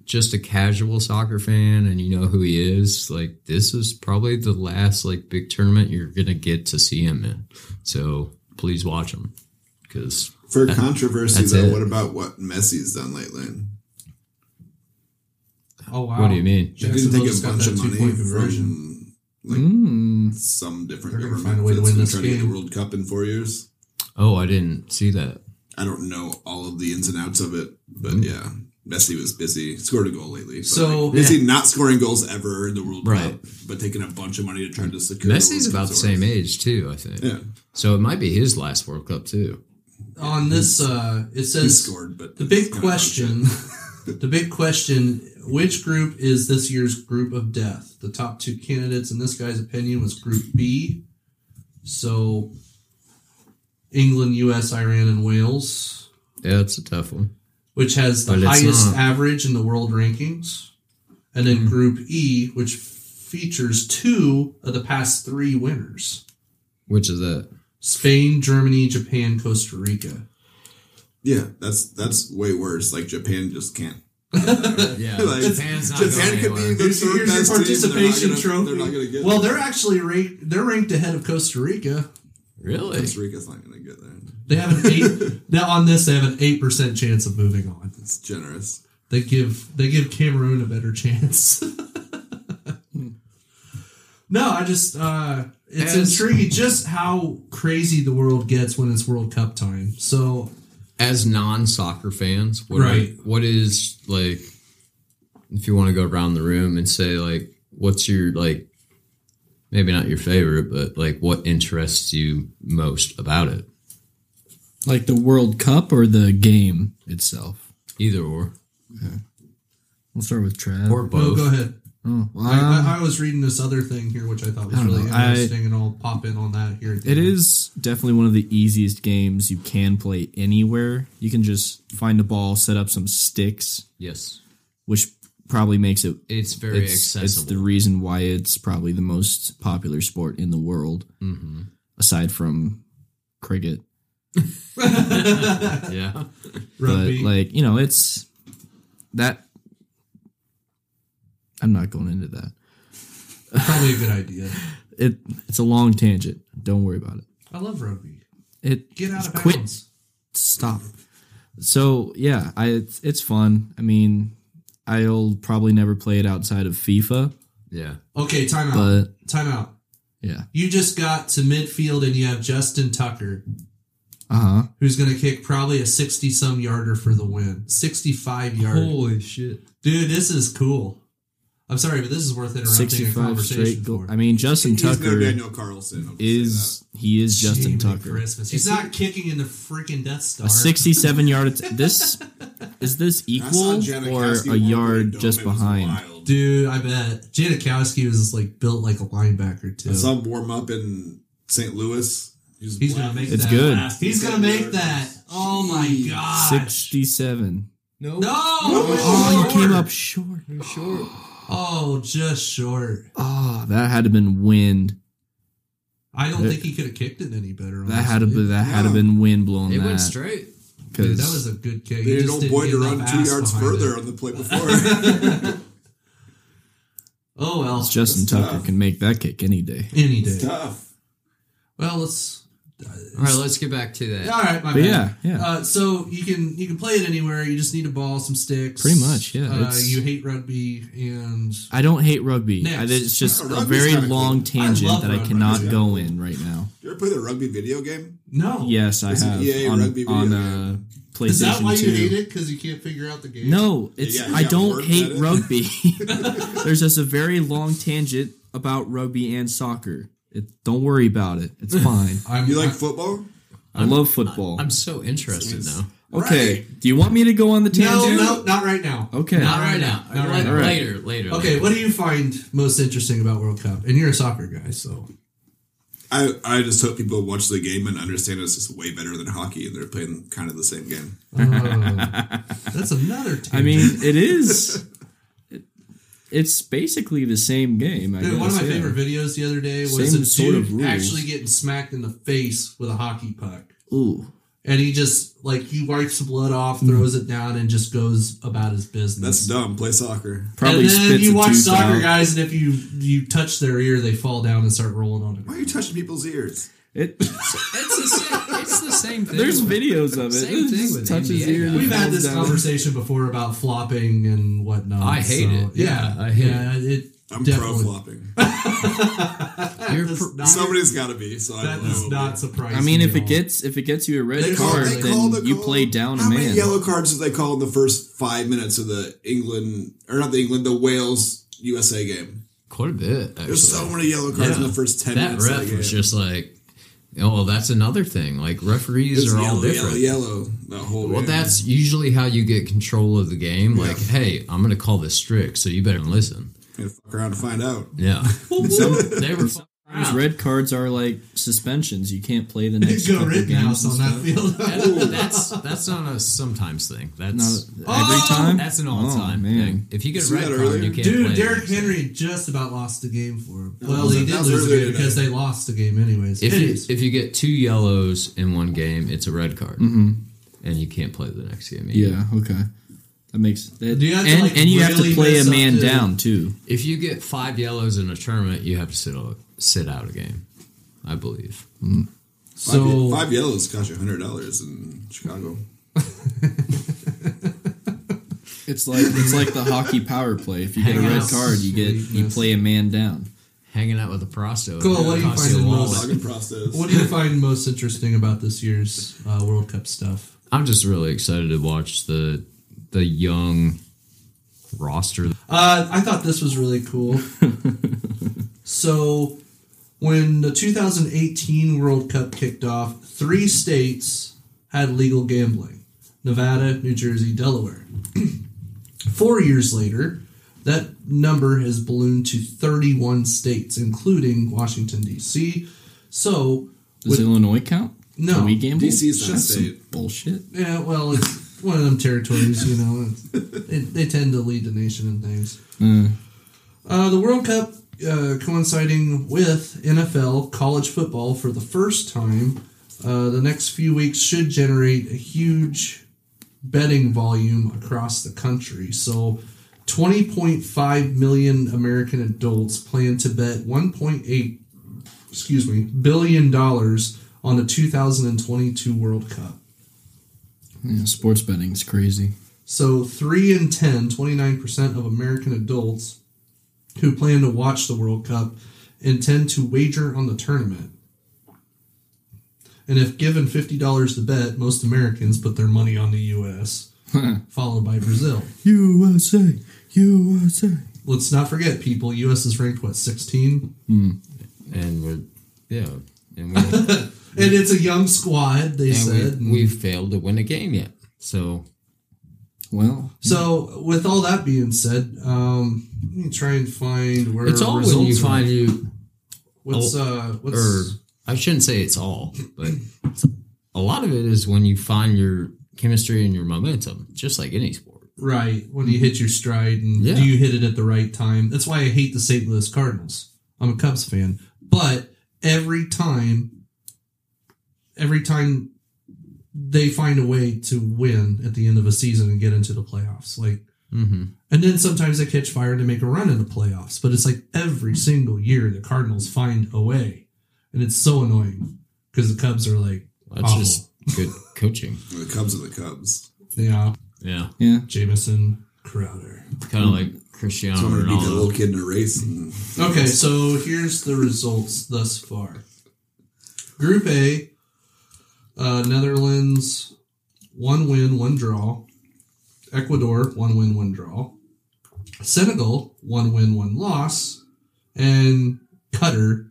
just a casual soccer fan and you know who he is, like this is probably the last like big tournament you're gonna get to see him in. So please watch him because
For controversy,
that's
though,
it.
what about what Messi's done lately?
Oh wow!
what do you mean?
He didn't
Jacksonville
take a
just got
bunch
that
of money
two-point conversion.
from like Hmm.
Mm.
some different
They're gonna
government
find a way to
that's
win
gonna
this
try to get the
game.
World Cup in four years.
Oh, I didn't see that.
I don't know all of the ins and outs of it, but
Mm-hmm.
yeah, Messi was busy. Scored a goal lately. But
So-
like, Messi not scoring goals ever in the World
Right.
Cup, but taking a bunch of money to try to secure.
Messi's
World Cup
about the same
source.
age too, I think.
Yeah,
So it might be his last World Cup too.
On this, uh, it
he
says
scored, but
the
it's
big
kinda bullshit.
question. the big question: Which group is this year's group of death? The top two candidates in this guy's opinion was Group B. So England, U.S., Iran, and Wales,
Yeah, it's a tough one.
which has the
But it's
highest
not. Hmm.
average in the world rankings, and then Group E, which features two of the past three winners:
Which is that?
Spain, Germany, Japan, Costa Rica.
Yeah, that's that's way worse. Like Japan just can't.
Yeah,
Like,
Japan's not
Japan
going
could be
anywhere.
the
Here's- here's
third
your
best team, they're not
participation
gonna-
trophy.
They're not going to get.
Well,
there.
they're actually ranked. They're ranked ahead of Costa Rica.
Really?
Costa Rica's not going to get there.
They have an eight. now on this, they have an eight percent chance of moving on.
It's generous.
They give they give Cameroon a better chance. no, I just uh it's
As-
intriguing just how crazy the world gets when it's World Cup time. So
As non-soccer fans, what are-
Right.
what is like? If you want to go around the room and say like, what's your like? Maybe not your favorite, but like, what interests you most about it?
Like the World Cup or the game itself?
Either or,
We'll start with Trav.
or
no,
both.
go ahead.
oh, well, um,
I, I, I was reading this other thing here, which I thought was
I don't
really
know. I-
interesting, and I'll pop in on that here. at the
It
end.
is definitely one of the easiest games you can play anywhere. You can just find a ball, set up some sticks,
Yes,
which probably makes it
it's very
it's, it's
accessible.
the reason why it's probably the most popular sport in the world,
hmm
aside from cricket.
Yeah,
rugby.
But like you know, it's that. I'm not going into that.
probably a good idea.
It it's a long tangent. Don't worry about it.
I love rugby.
It
Get out of
quit
bounds.
stop. So yeah, I it's, it's fun. I mean, I'll probably never play it outside of FIFA,
yeah.
Okay,
Uh-huh.
time out.
but
time out.
yeah.
You just got to midfield, and you have Justin Tucker.
Uh huh.
who's going to kick probably a 60 some yarder for the win. 65 yard.
shit!
Dude, this is cool. I'm sorry, but this is worth interrupting a
65
conversation
straight. Goal.
for.
I mean, Justin
He's
Tucker
no Daniel Carlson. I'll just say
is he is Justin
Jiminy
Tucker.
Christmas. He's not kicking in the freaking Death Star.
A 67 yard. att- This is this
that. I saw
equal
Janikowski
or
walk
a
with
yard
dome.
just
It was
behind?
wild.
Dude, I bet. Janikowski was just, like built like a linebacker too.
I saw him warm up in St. Louis. He's,
He's going to make
It's
that.
good.
He's, going to make that. Oh my
Jeez.
god.
67.
No.
Oh,
Oh,
you came up short.
Short.
Oh, just short.
Oh, that had to been wind.
I don't
That-
think he could have kicked it any better.
That had to
honestly.
be, that had to
Yeah.
been wind blowing
It
that.
went straight.
Dude,
Because
that was a good kick. He
They
just
don't
didn't
boy
get
to
enough
run two
ass
yards
behind
further
it.
on the play before.
Oh well,
Justin
It's
Tucker
tough.
can make that kick any day.
any
it's
day.
tough.
Well, let's.
All right, let's get back to that.
All right, my
But
bad.
yeah, yeah.
Uh, so you can you can play it anywhere. You just need a ball, some sticks.
Pretty much, yeah,
Uh,
it's-
you hate rugby, and
I don't hate rugby.
Next.
I- it's just
Yeah,
a
rugby's
very
kinda cool.
long tangent
I love
that I
rugby,
cannot
yeah.
go in right now.
You ever play the rugby video game?
no.
Yes, I
It's an
have
EA
on,
rugby video
on
game.
uh, PlayStation
Is that why
2.
you hate it? Because you can't figure out the game.
No, it's
Yeah, you
I
got
don't
worked
hate
at it.
rugby. There's just a very long tangent about rugby and soccer. It, don't worry about it. It's fine.
I'm
You like
I-
football?
I love football.
I'm so interested now.
okay, do you want me to go on the
no,
tangent?
no, not right now.
Okay.
Not right now.
Not right
Later,
now.
later, later.
Okay, what do you find most interesting about World Cup? And you're a soccer guy, so
I, I just hope people watch the game and understand it's just way better than hockey and they're playing kind of the same game.
Oh, that's another. Tangent.
I mean, it is. it- It's basically the same game. I
Dude,
guess,
one of my
yeah.
favorite videos the other day was
Same
a
sort of
dude
rules.
actually getting smacked in the face with a hockey puck,
Ooh,
and he just like he wipes the blood off, throws it down, and just goes about his
Hmm. That's
business.
dumb. Play soccer.
probably
and then
spits
you
a
watch
tooth
soccer
out.
guys, and if you you touch their ear, they fall down and start rolling on the
Why
ground.
are you touching people's ears?
It,
It's the same, it's the same thing.
there's videos of it.
Same
It
thing
just
with
touches
NBA
ear. and
guys.
We've had
falls
this
down.
conversation before about flopping and whatnot.
I hate
so,
it. Yeah, I hate
yeah, it.
I'm
definitely-
pro flopping.
You're
does
pro-
not-
Somebody's got to be. So I
that
don't
does
know.
not surprise.
I mean,
me
if
at
it
all.
gets if it gets you a red
They call,
card,
they call
then
the
you
call-
play down
How
a man.
many yellow cards did they call in the first five minutes of the England or not the England the Wales USA game?
quite a bit. Actually.
There's so many yellow cards in
Yeah.
the first ten
That
minutes. of
ref
the
was
game.
just like, oh, well, that's another thing. Like referees
It's
are all
yellow,
different.
Yellow, yellow, that whole.
Well,
game.
that's usually how you get control of the game. Like, hey, I'm going to call this strict, so you better listen.
Gonna fuck around and find out.
Yeah. Some- they were.
These red cards are like suspensions. You can't play the next
Go
couple
Rittenhouse on
games.
that field.
That- that's that's not a sometimes thing. That's
Not every
Oh!
time.
that's an all time
Oh, man.
thing. If you get a
See
red
that
card,
earlier?
you can't play.
Dude, Derrick Henry just about lost the game for him. Well,
was
they
it?
did
That was
lose the
earlier
game because they lost the game anyways.
If you,
Anyways.
if you get two yellows in one game, it's a red card, mm-hmm. and you can't play the next game. either.
Yeah, okay. That makes that,
Do you have to,
and,
like,
and you have
really
to play
mess
a
up
man
to-
down too.
If you get five yellows in a tournament, you have to sit out, sit out a game. I believe.
so
five yellows cost you hundred dollars in Chicago.
It's like it's like the hockey power play. If you get a
Hang
red
out.
card, you get you
Sweetness.
play a man down.
Hanging out with a prosto.
Cool, what do you
costs
find
a
the
wallet.
most-
Login process.
what do you find most interesting about this year's uh, World Cup stuff?
I'm just really excited to watch the the young roster.
Uh, I thought this was really cool. so, when the 2018 World Cup kicked off, three states had legal gambling Nevada, New Jersey, Delaware. Four years later, that number has ballooned to 31 states, including Washington, D.C. So,
Does Illinois count?
No.
Can we gamble.
DC is not a
That's some
state.
bullshit.
yeah, well, it's one of them territories, you know. it's- They, they tend to lead the nation in things. Uh, the World Cup uh, coinciding with NFL college football for the first time, uh, the next few weeks should generate a huge betting volume across the country. So, 20.5 million American adults plan to bet 1.8, excuse me, billion dollars on the 2022 World Cup.
Yeah, sports betting is crazy.
So 3 in 10, 29% of American adults who plan to watch the World Cup intend to wager on the tournament. And if given $50 to bet, most Americans put their money on the US, followed by Brazil.
USA, USA.
Let's not forget, people, US is ranked, what, 16?
And we're yeah, and we
And it's a young squad, they said.
and we, we've failed to win a game yet. So
Well,
so, with all that being said, um, let me try and find where
it's all when
results
you
are.
find you
what's uh, what's
or I shouldn't say it's all, but a lot of it is when you find your chemistry and your momentum, just like any sport.
Right. When you hit your stride and
Yeah.
do you hit it at the right time? That's why I hate the St. Louis Cardinals. I'm a Cubs fan. But every time every time they find a way to win at the end of a season and get into the playoffs. Like
Mm-hmm.
and then sometimes they catch fire and they make a run in the playoffs. But it's like every single year the Cardinals find a way. And it's so annoying because the Cubs are like,
That's
Awful.
just good coaching.
the Cubs are the Cubs.
yeah,
Yeah,
yeah.
Jamison Crowder.
kind of like Cristiano
So I'm gonna beat that little
Ronaldo.
kid in a race. And
Okay, so here's the results thus far. Group A, uh, Netherlands, one win, one draw. Ecuador, one win, one draw. Senegal, one win, one loss. And Qatar,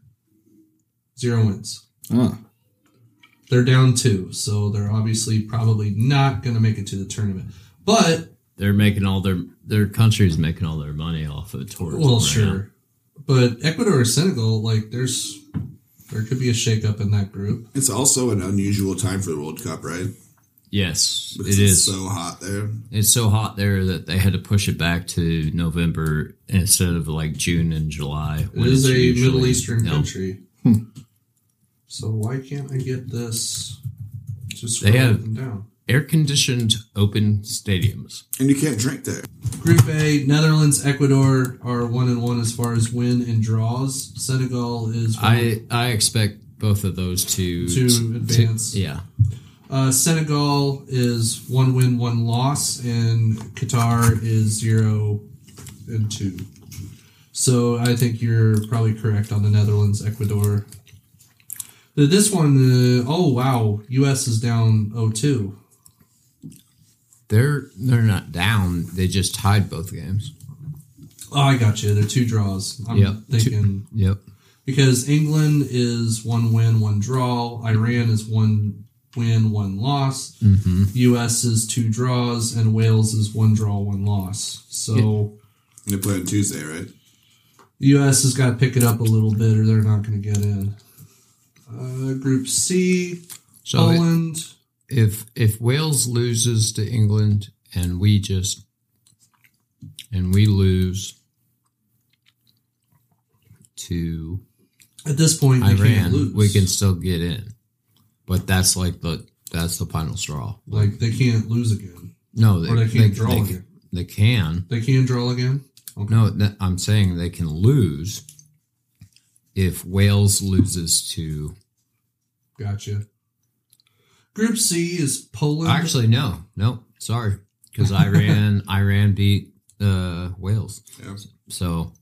zero wins.
Ah,
They're down two, so they're obviously probably not going to make it to the tournament. But
They're making all their their country's making all their money off of tourism.
Well,
right now.
sure, but Ecuador or Senegal, like there's there could be a shakeup in that group.
it's also an unusual time for the World Cup, right?
Yes,
Because
it
it's
is.
so hot there.
it's so hot there that they had to push it back to November instead of like June and July.
It
when
is
it's
a
usually-
Middle Eastern
No.
country. So why can't I get this? Just
They
scroll
have-
up and down.
Air conditioned open stadiums.
And you can't drink there.
Group A: Netherlands, Ecuador are one and one as far as win and draws. Senegal is one.
I I expect both of those to
To advance.
yeah,
Uh, Senegal is one win, one loss, and Qatar is zero and two. So I think you're probably correct on the Netherlands, Ecuador. Uh, This one, uh, oh wow, U.S. is down 0-2.
they're they're not down. They just tied both games.
Oh, I got you. They're two draws. I'm
Yep.
thinking
Yep.
because England is one win, one draw. Iran is one win, one loss. U.S. is two draws, and Wales is one draw, one loss. So.
And they play on Tuesday, right?
The U.S. has got to pick it up a little bit, or they're not going to get in. Uh, group C,
So it-
Poland.
if if Wales loses to England and we just and we lose to
At this point, we can't lose.
Iran, we can still get in. But that's like the that's the final straw.
like they can't lose again,
No, they,
or they
they
can't draw
they,
again.
they can.
They can draw again.
No, th- I'm saying they can lose if Wales loses to.
Gotcha. Group C is Poland.
Actually, no, no, sorry, because Iran Iran beat uh, Wales,
Yeah. Oh,
so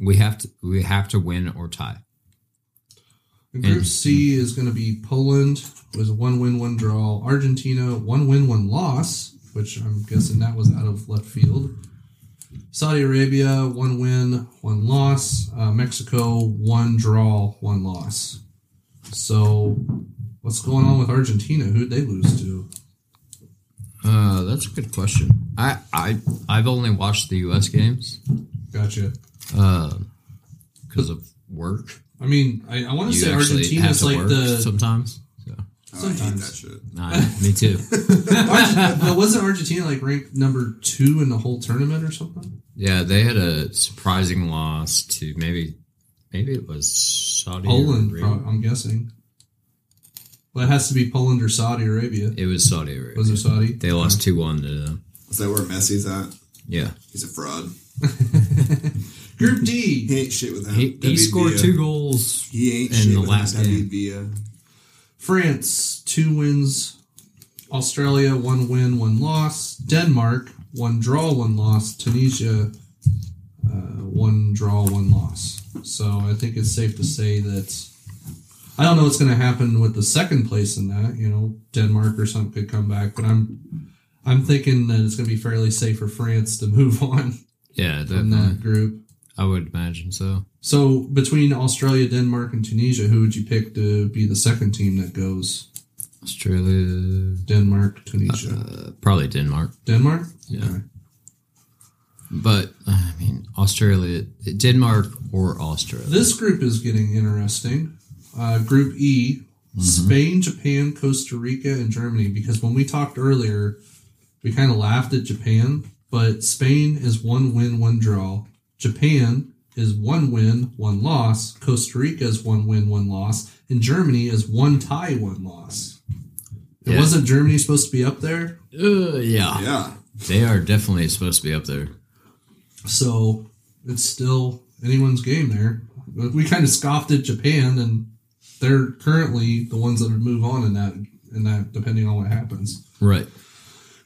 we have to we have to win or tie.
And Group
And-
C is going to be Poland with a one win, one draw. Argentina, one win, one loss, which I'm guessing that was out of left field. Saudi Arabia, one win, one loss. Uh, Mexico, one draw, one loss. So, what's going on with Argentina? Who'd they lose to?
Uh, that's a good question. I I I've only watched the U.S. games
Gotcha.
because of work.
I mean, I, I want to
You
say
actually have
Argentina's
to
like
work
the.
sometimes. So.
Oh, I hate
Sometimes.
that shit.
Nah, me too.
Argent- but wasn't Argentina like ranked number two in the whole tournament or something?
Yeah, they had a surprising loss to maybe maybe it was Saudi
Poland,
Arabia.
prob- I'm guessing. Well, it has to be Poland or Saudi Arabia.
It was Saudi Arabia.
Was it Saudi?
They lost two one to them.
Is that where Messi's at?
Yeah,
He's a fraud.
Group D.
He ain't shit without
he, he
David
scored
Villa.
two goals.
He ain't
in
shit
the
without
last
David Villa.
France, two wins. Australia, one win, one loss. Denmark, one draw, one loss. Tunisia, uh, one draw, one loss. So I think it's safe to say that I don't know what's going to happen with the second place in that. You know, Denmark or something could come back, but I'm I'm thinking that it's going to be fairly safe for France to move on
Yeah,
from
definitely.
that group.
I would imagine so.
So between Australia, Denmark, and Tunisia, who would you pick to be the second team that goes?
Australia,
Denmark, Tunisia,
uh, probably Denmark,
Denmark.
yeah.
Okay.
but I mean Australia, Denmark or Australia.
This group is getting interesting. Uh, group E: Spain, Japan, Costa Rica, and Germany. Because when we talked earlier, we kind of laughed at Japan, but Spain is one win, one draw. Japan is one win, one loss. Costa Rica is one win, one loss, and Germany is one tie, one loss. It
Yeah.
wasn't Germany supposed to be up there?
Uh, yeah.
Yeah.
they are definitely supposed to be up there.
So it's still anyone's game there. But We kind of scoffed at Japan, and they're currently the ones that would move on in that in that depending on what happens.
Right.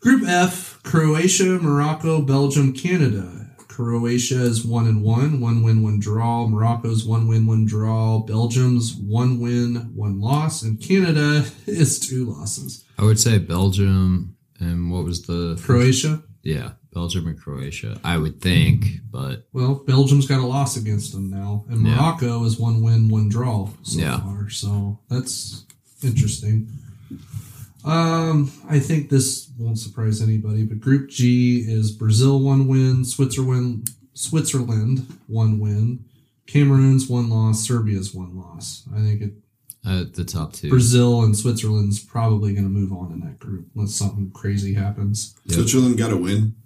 Group F: Croatia, Morocco, Belgium, Canada. Croatia is one and one, one win, one draw. Morocco's one win, one draw. Belgium's one win, one loss, and Canada is two losses.
I would say Belgium and what was the
Croatia,
Yeah, Belgium and Croatia, I would think, but
well, Belgium's got a loss against them now, and
Yeah.
Morocco is one win, one draw so
Yeah.
far. So that's interesting. Um, I think this won't surprise anybody, but Group G is Brazil one win, Switzerland, Switzerland one win, Cameroon's one loss, Serbia's one loss. I think it,
uh, the top two.
Brazil and Switzerland's probably going to move on in that group unless something crazy happens.
Yep.
Switzerland got to win.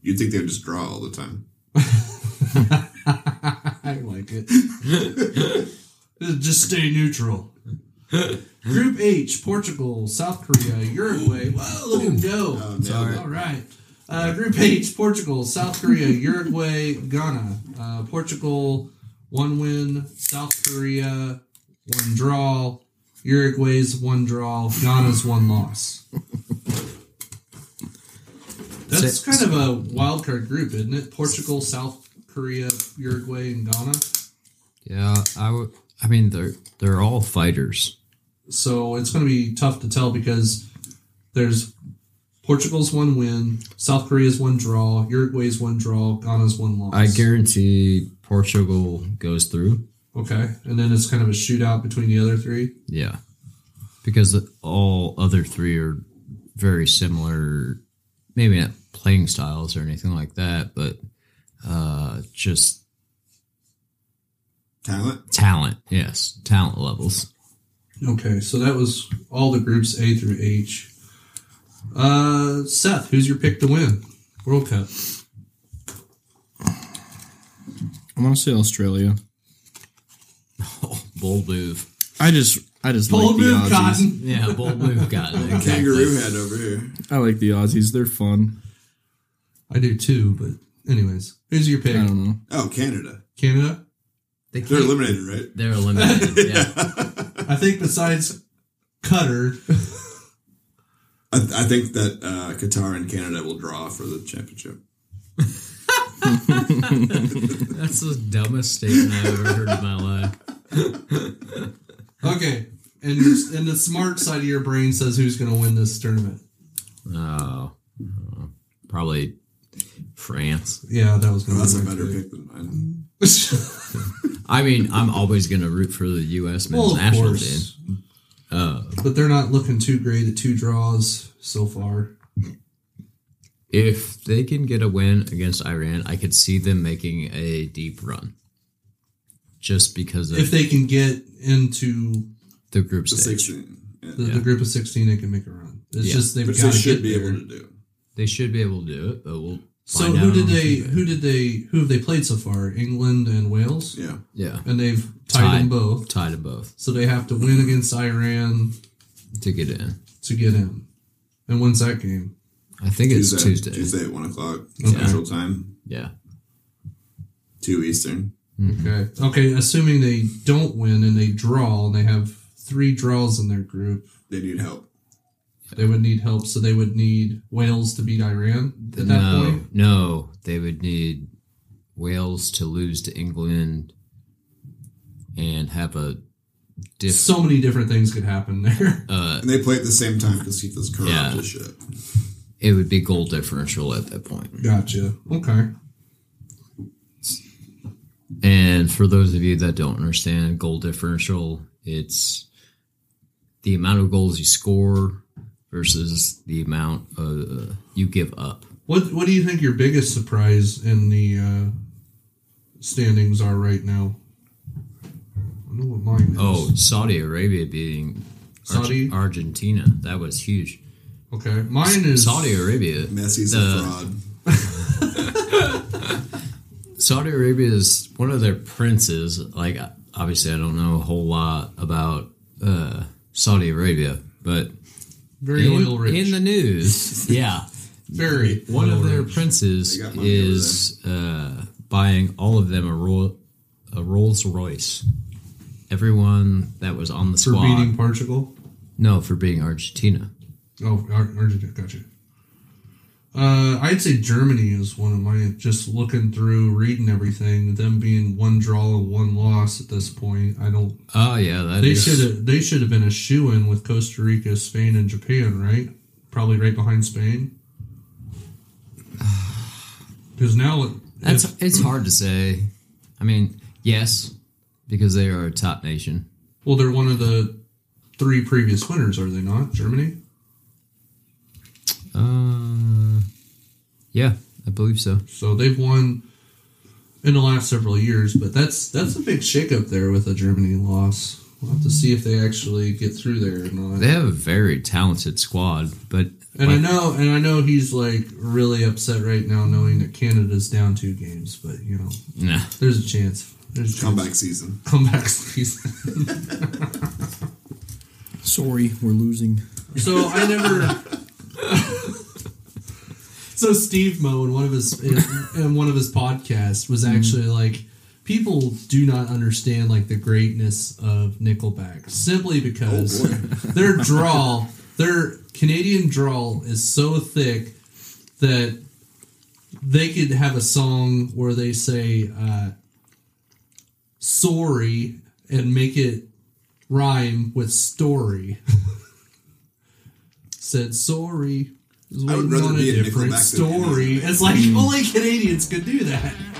You'd think they would just draw all the time.
I like it. Just stay neutral. Group H: Portugal, South Korea, Uruguay. Whoa, look at him go!
Oh, nailed it.
All right. Uh, group H: Portugal, South Korea, Uruguay, Ghana. Uh, Portugal one win, South Korea one draw, Uruguay's one draw, Ghana's one loss. That's
So-
kind of a wild card group, isn't it? Portugal, South Korea, Uruguay, and Ghana.
Yeah, I would. I mean, they're they're all fighters.
So it's going to be tough to tell because there's Portugal's one win, South Korea's one draw, Uruguay's one draw, Ghana's one loss.
I guarantee Portugal goes through.
Okay, and then it's kind of a shootout between the other three.
Yeah, because the- all other three are very similar. Maybe not playing styles or anything like that, but uh, just
Talent.
Talent, yes, talent levels.
Okay, so that was all the groups A through H. Uh, Seth, who's your pick to win World Cup?
I'm gonna say Australia.
Oh, bold move.
I just I just
Bold
like the
move,
Aussies.
Cotton.
Yeah, bold move. Got it. Exactly.
Kangaroo head over here.
I like the Aussies. They're fun.
I do too, but anyways, who's your pick?
I don't know.
Oh, Canada.
Canada.
They
They're
can't-
eliminated, right?
They're eliminated. Yeah.
I think besides Cutter,
I, I think that uh, Qatar and Canada will draw for the championship.
That's the dumbest statement I've ever heard in my life.
okay, and your, and the smart side of your brain says who's going to win this tournament.
Oh, uh, probably France.
Yeah, that was going
Well,
to be
that's a
my
better
pick.
pick than mine.
I mean, I'm always going to root for the U.S. men's
well, of
national
course,
team. Uh,
but they're not looking too great at two draws so far.
if they can get a win against Iran, I could see them making a deep run. Just because of
If they can get into
the group
The
stage,
16. Yeah.
the,
Yeah.
the group of 16 they can make a run. It's
Yeah.
just they've
Which
got
they
to
should
get
be
there.
able to do.
they should be able to do it. But we'll
so
find
who
out
did
on
they
Tuesday.
who did they who have they played so far? England and Wales.
Yeah.
yeah
And they've tied, them both.
tied them both
So they have to win against Iran
to get in.
to get in. And when's that game?
I think it's Tuesday.
Tuesday at 1 o'clock
Yeah.
Central Time,
Yeah,
2 Eastern.
Okay. Okay, assuming they don't win and they draw and they have three draws in their group,
They need help.
they would need help, so they would need Wales to beat Iran at that
no,
point.
no, they would need Wales to lose to England and have a diff.
So many different things could happen there.
uh,
And they play at the same time because FIFA's corrupt
Yeah.
as shit.
it would be goal differential at that point.
Gotcha. Okay.
And for those of you that don't understand goal differential, it's the amount of goals you score versus the amount uh, you give up.
What What do you think your biggest surprise in the uh, standings are right now? I know what mine is.
Oh, Saudi Arabia beating Arge-
Saudi?
Argentina. That was huge.
okay. Mine is
Saudi Arabia.
Messi's
Uh,
a fraud.
Saudi Arabia is one of their princes. Like, obviously, I don't know a whole lot about uh, Saudi Arabia, but
very
in,
oil rich.
in the news, yeah,
very
one of
oil
their
rich.
princes
They got money over
is uh, buying all of them a, Roll, a Rolls Royce. Everyone that was on the
for
squad,
beating Portugal.
no, for being Argentina.
Oh, Ar- Argentina. Gotcha. Uh, I'd say Germany is one of my just looking through, reading everything. Them being one draw and one loss at this point, I don't.
Oh yeah, that
They
is-
should have. They should have been a shoe in with Costa Rica, Spain, and Japan, right? Probably right behind Spain. Because now it-
That's
if-
it's hard to say. I mean, yes, because they are a top nation.
well, they're one of the three previous winners, are they not? Germany.
Uh, yeah, I believe so.
So they've won in the last several years, but that's that's a big shakeup there with a Germany loss. We'll have to see if they actually get through there or not.
They have a very talented squad, but
and I know, and I know he's like really upset right now, knowing that Canada's down two games. But you know,
nah,
there's a chance. There's a
Comeback season.
chance. comeback season.
Sorry, we're losing.
So I never. so Steve Moe in one of his in, in one of his podcasts was actually like, people do not understand like the greatness of Nickelback simply because their drawl, their Canadian drawl is so thick that they could have a song where they say uh, sorry and make it rhyme with story. Said sorry. is
I would
waiting
rather
on
be
a
in
different
Nickelback than Mm.
story.
anything.
It's like only Canadians could do that.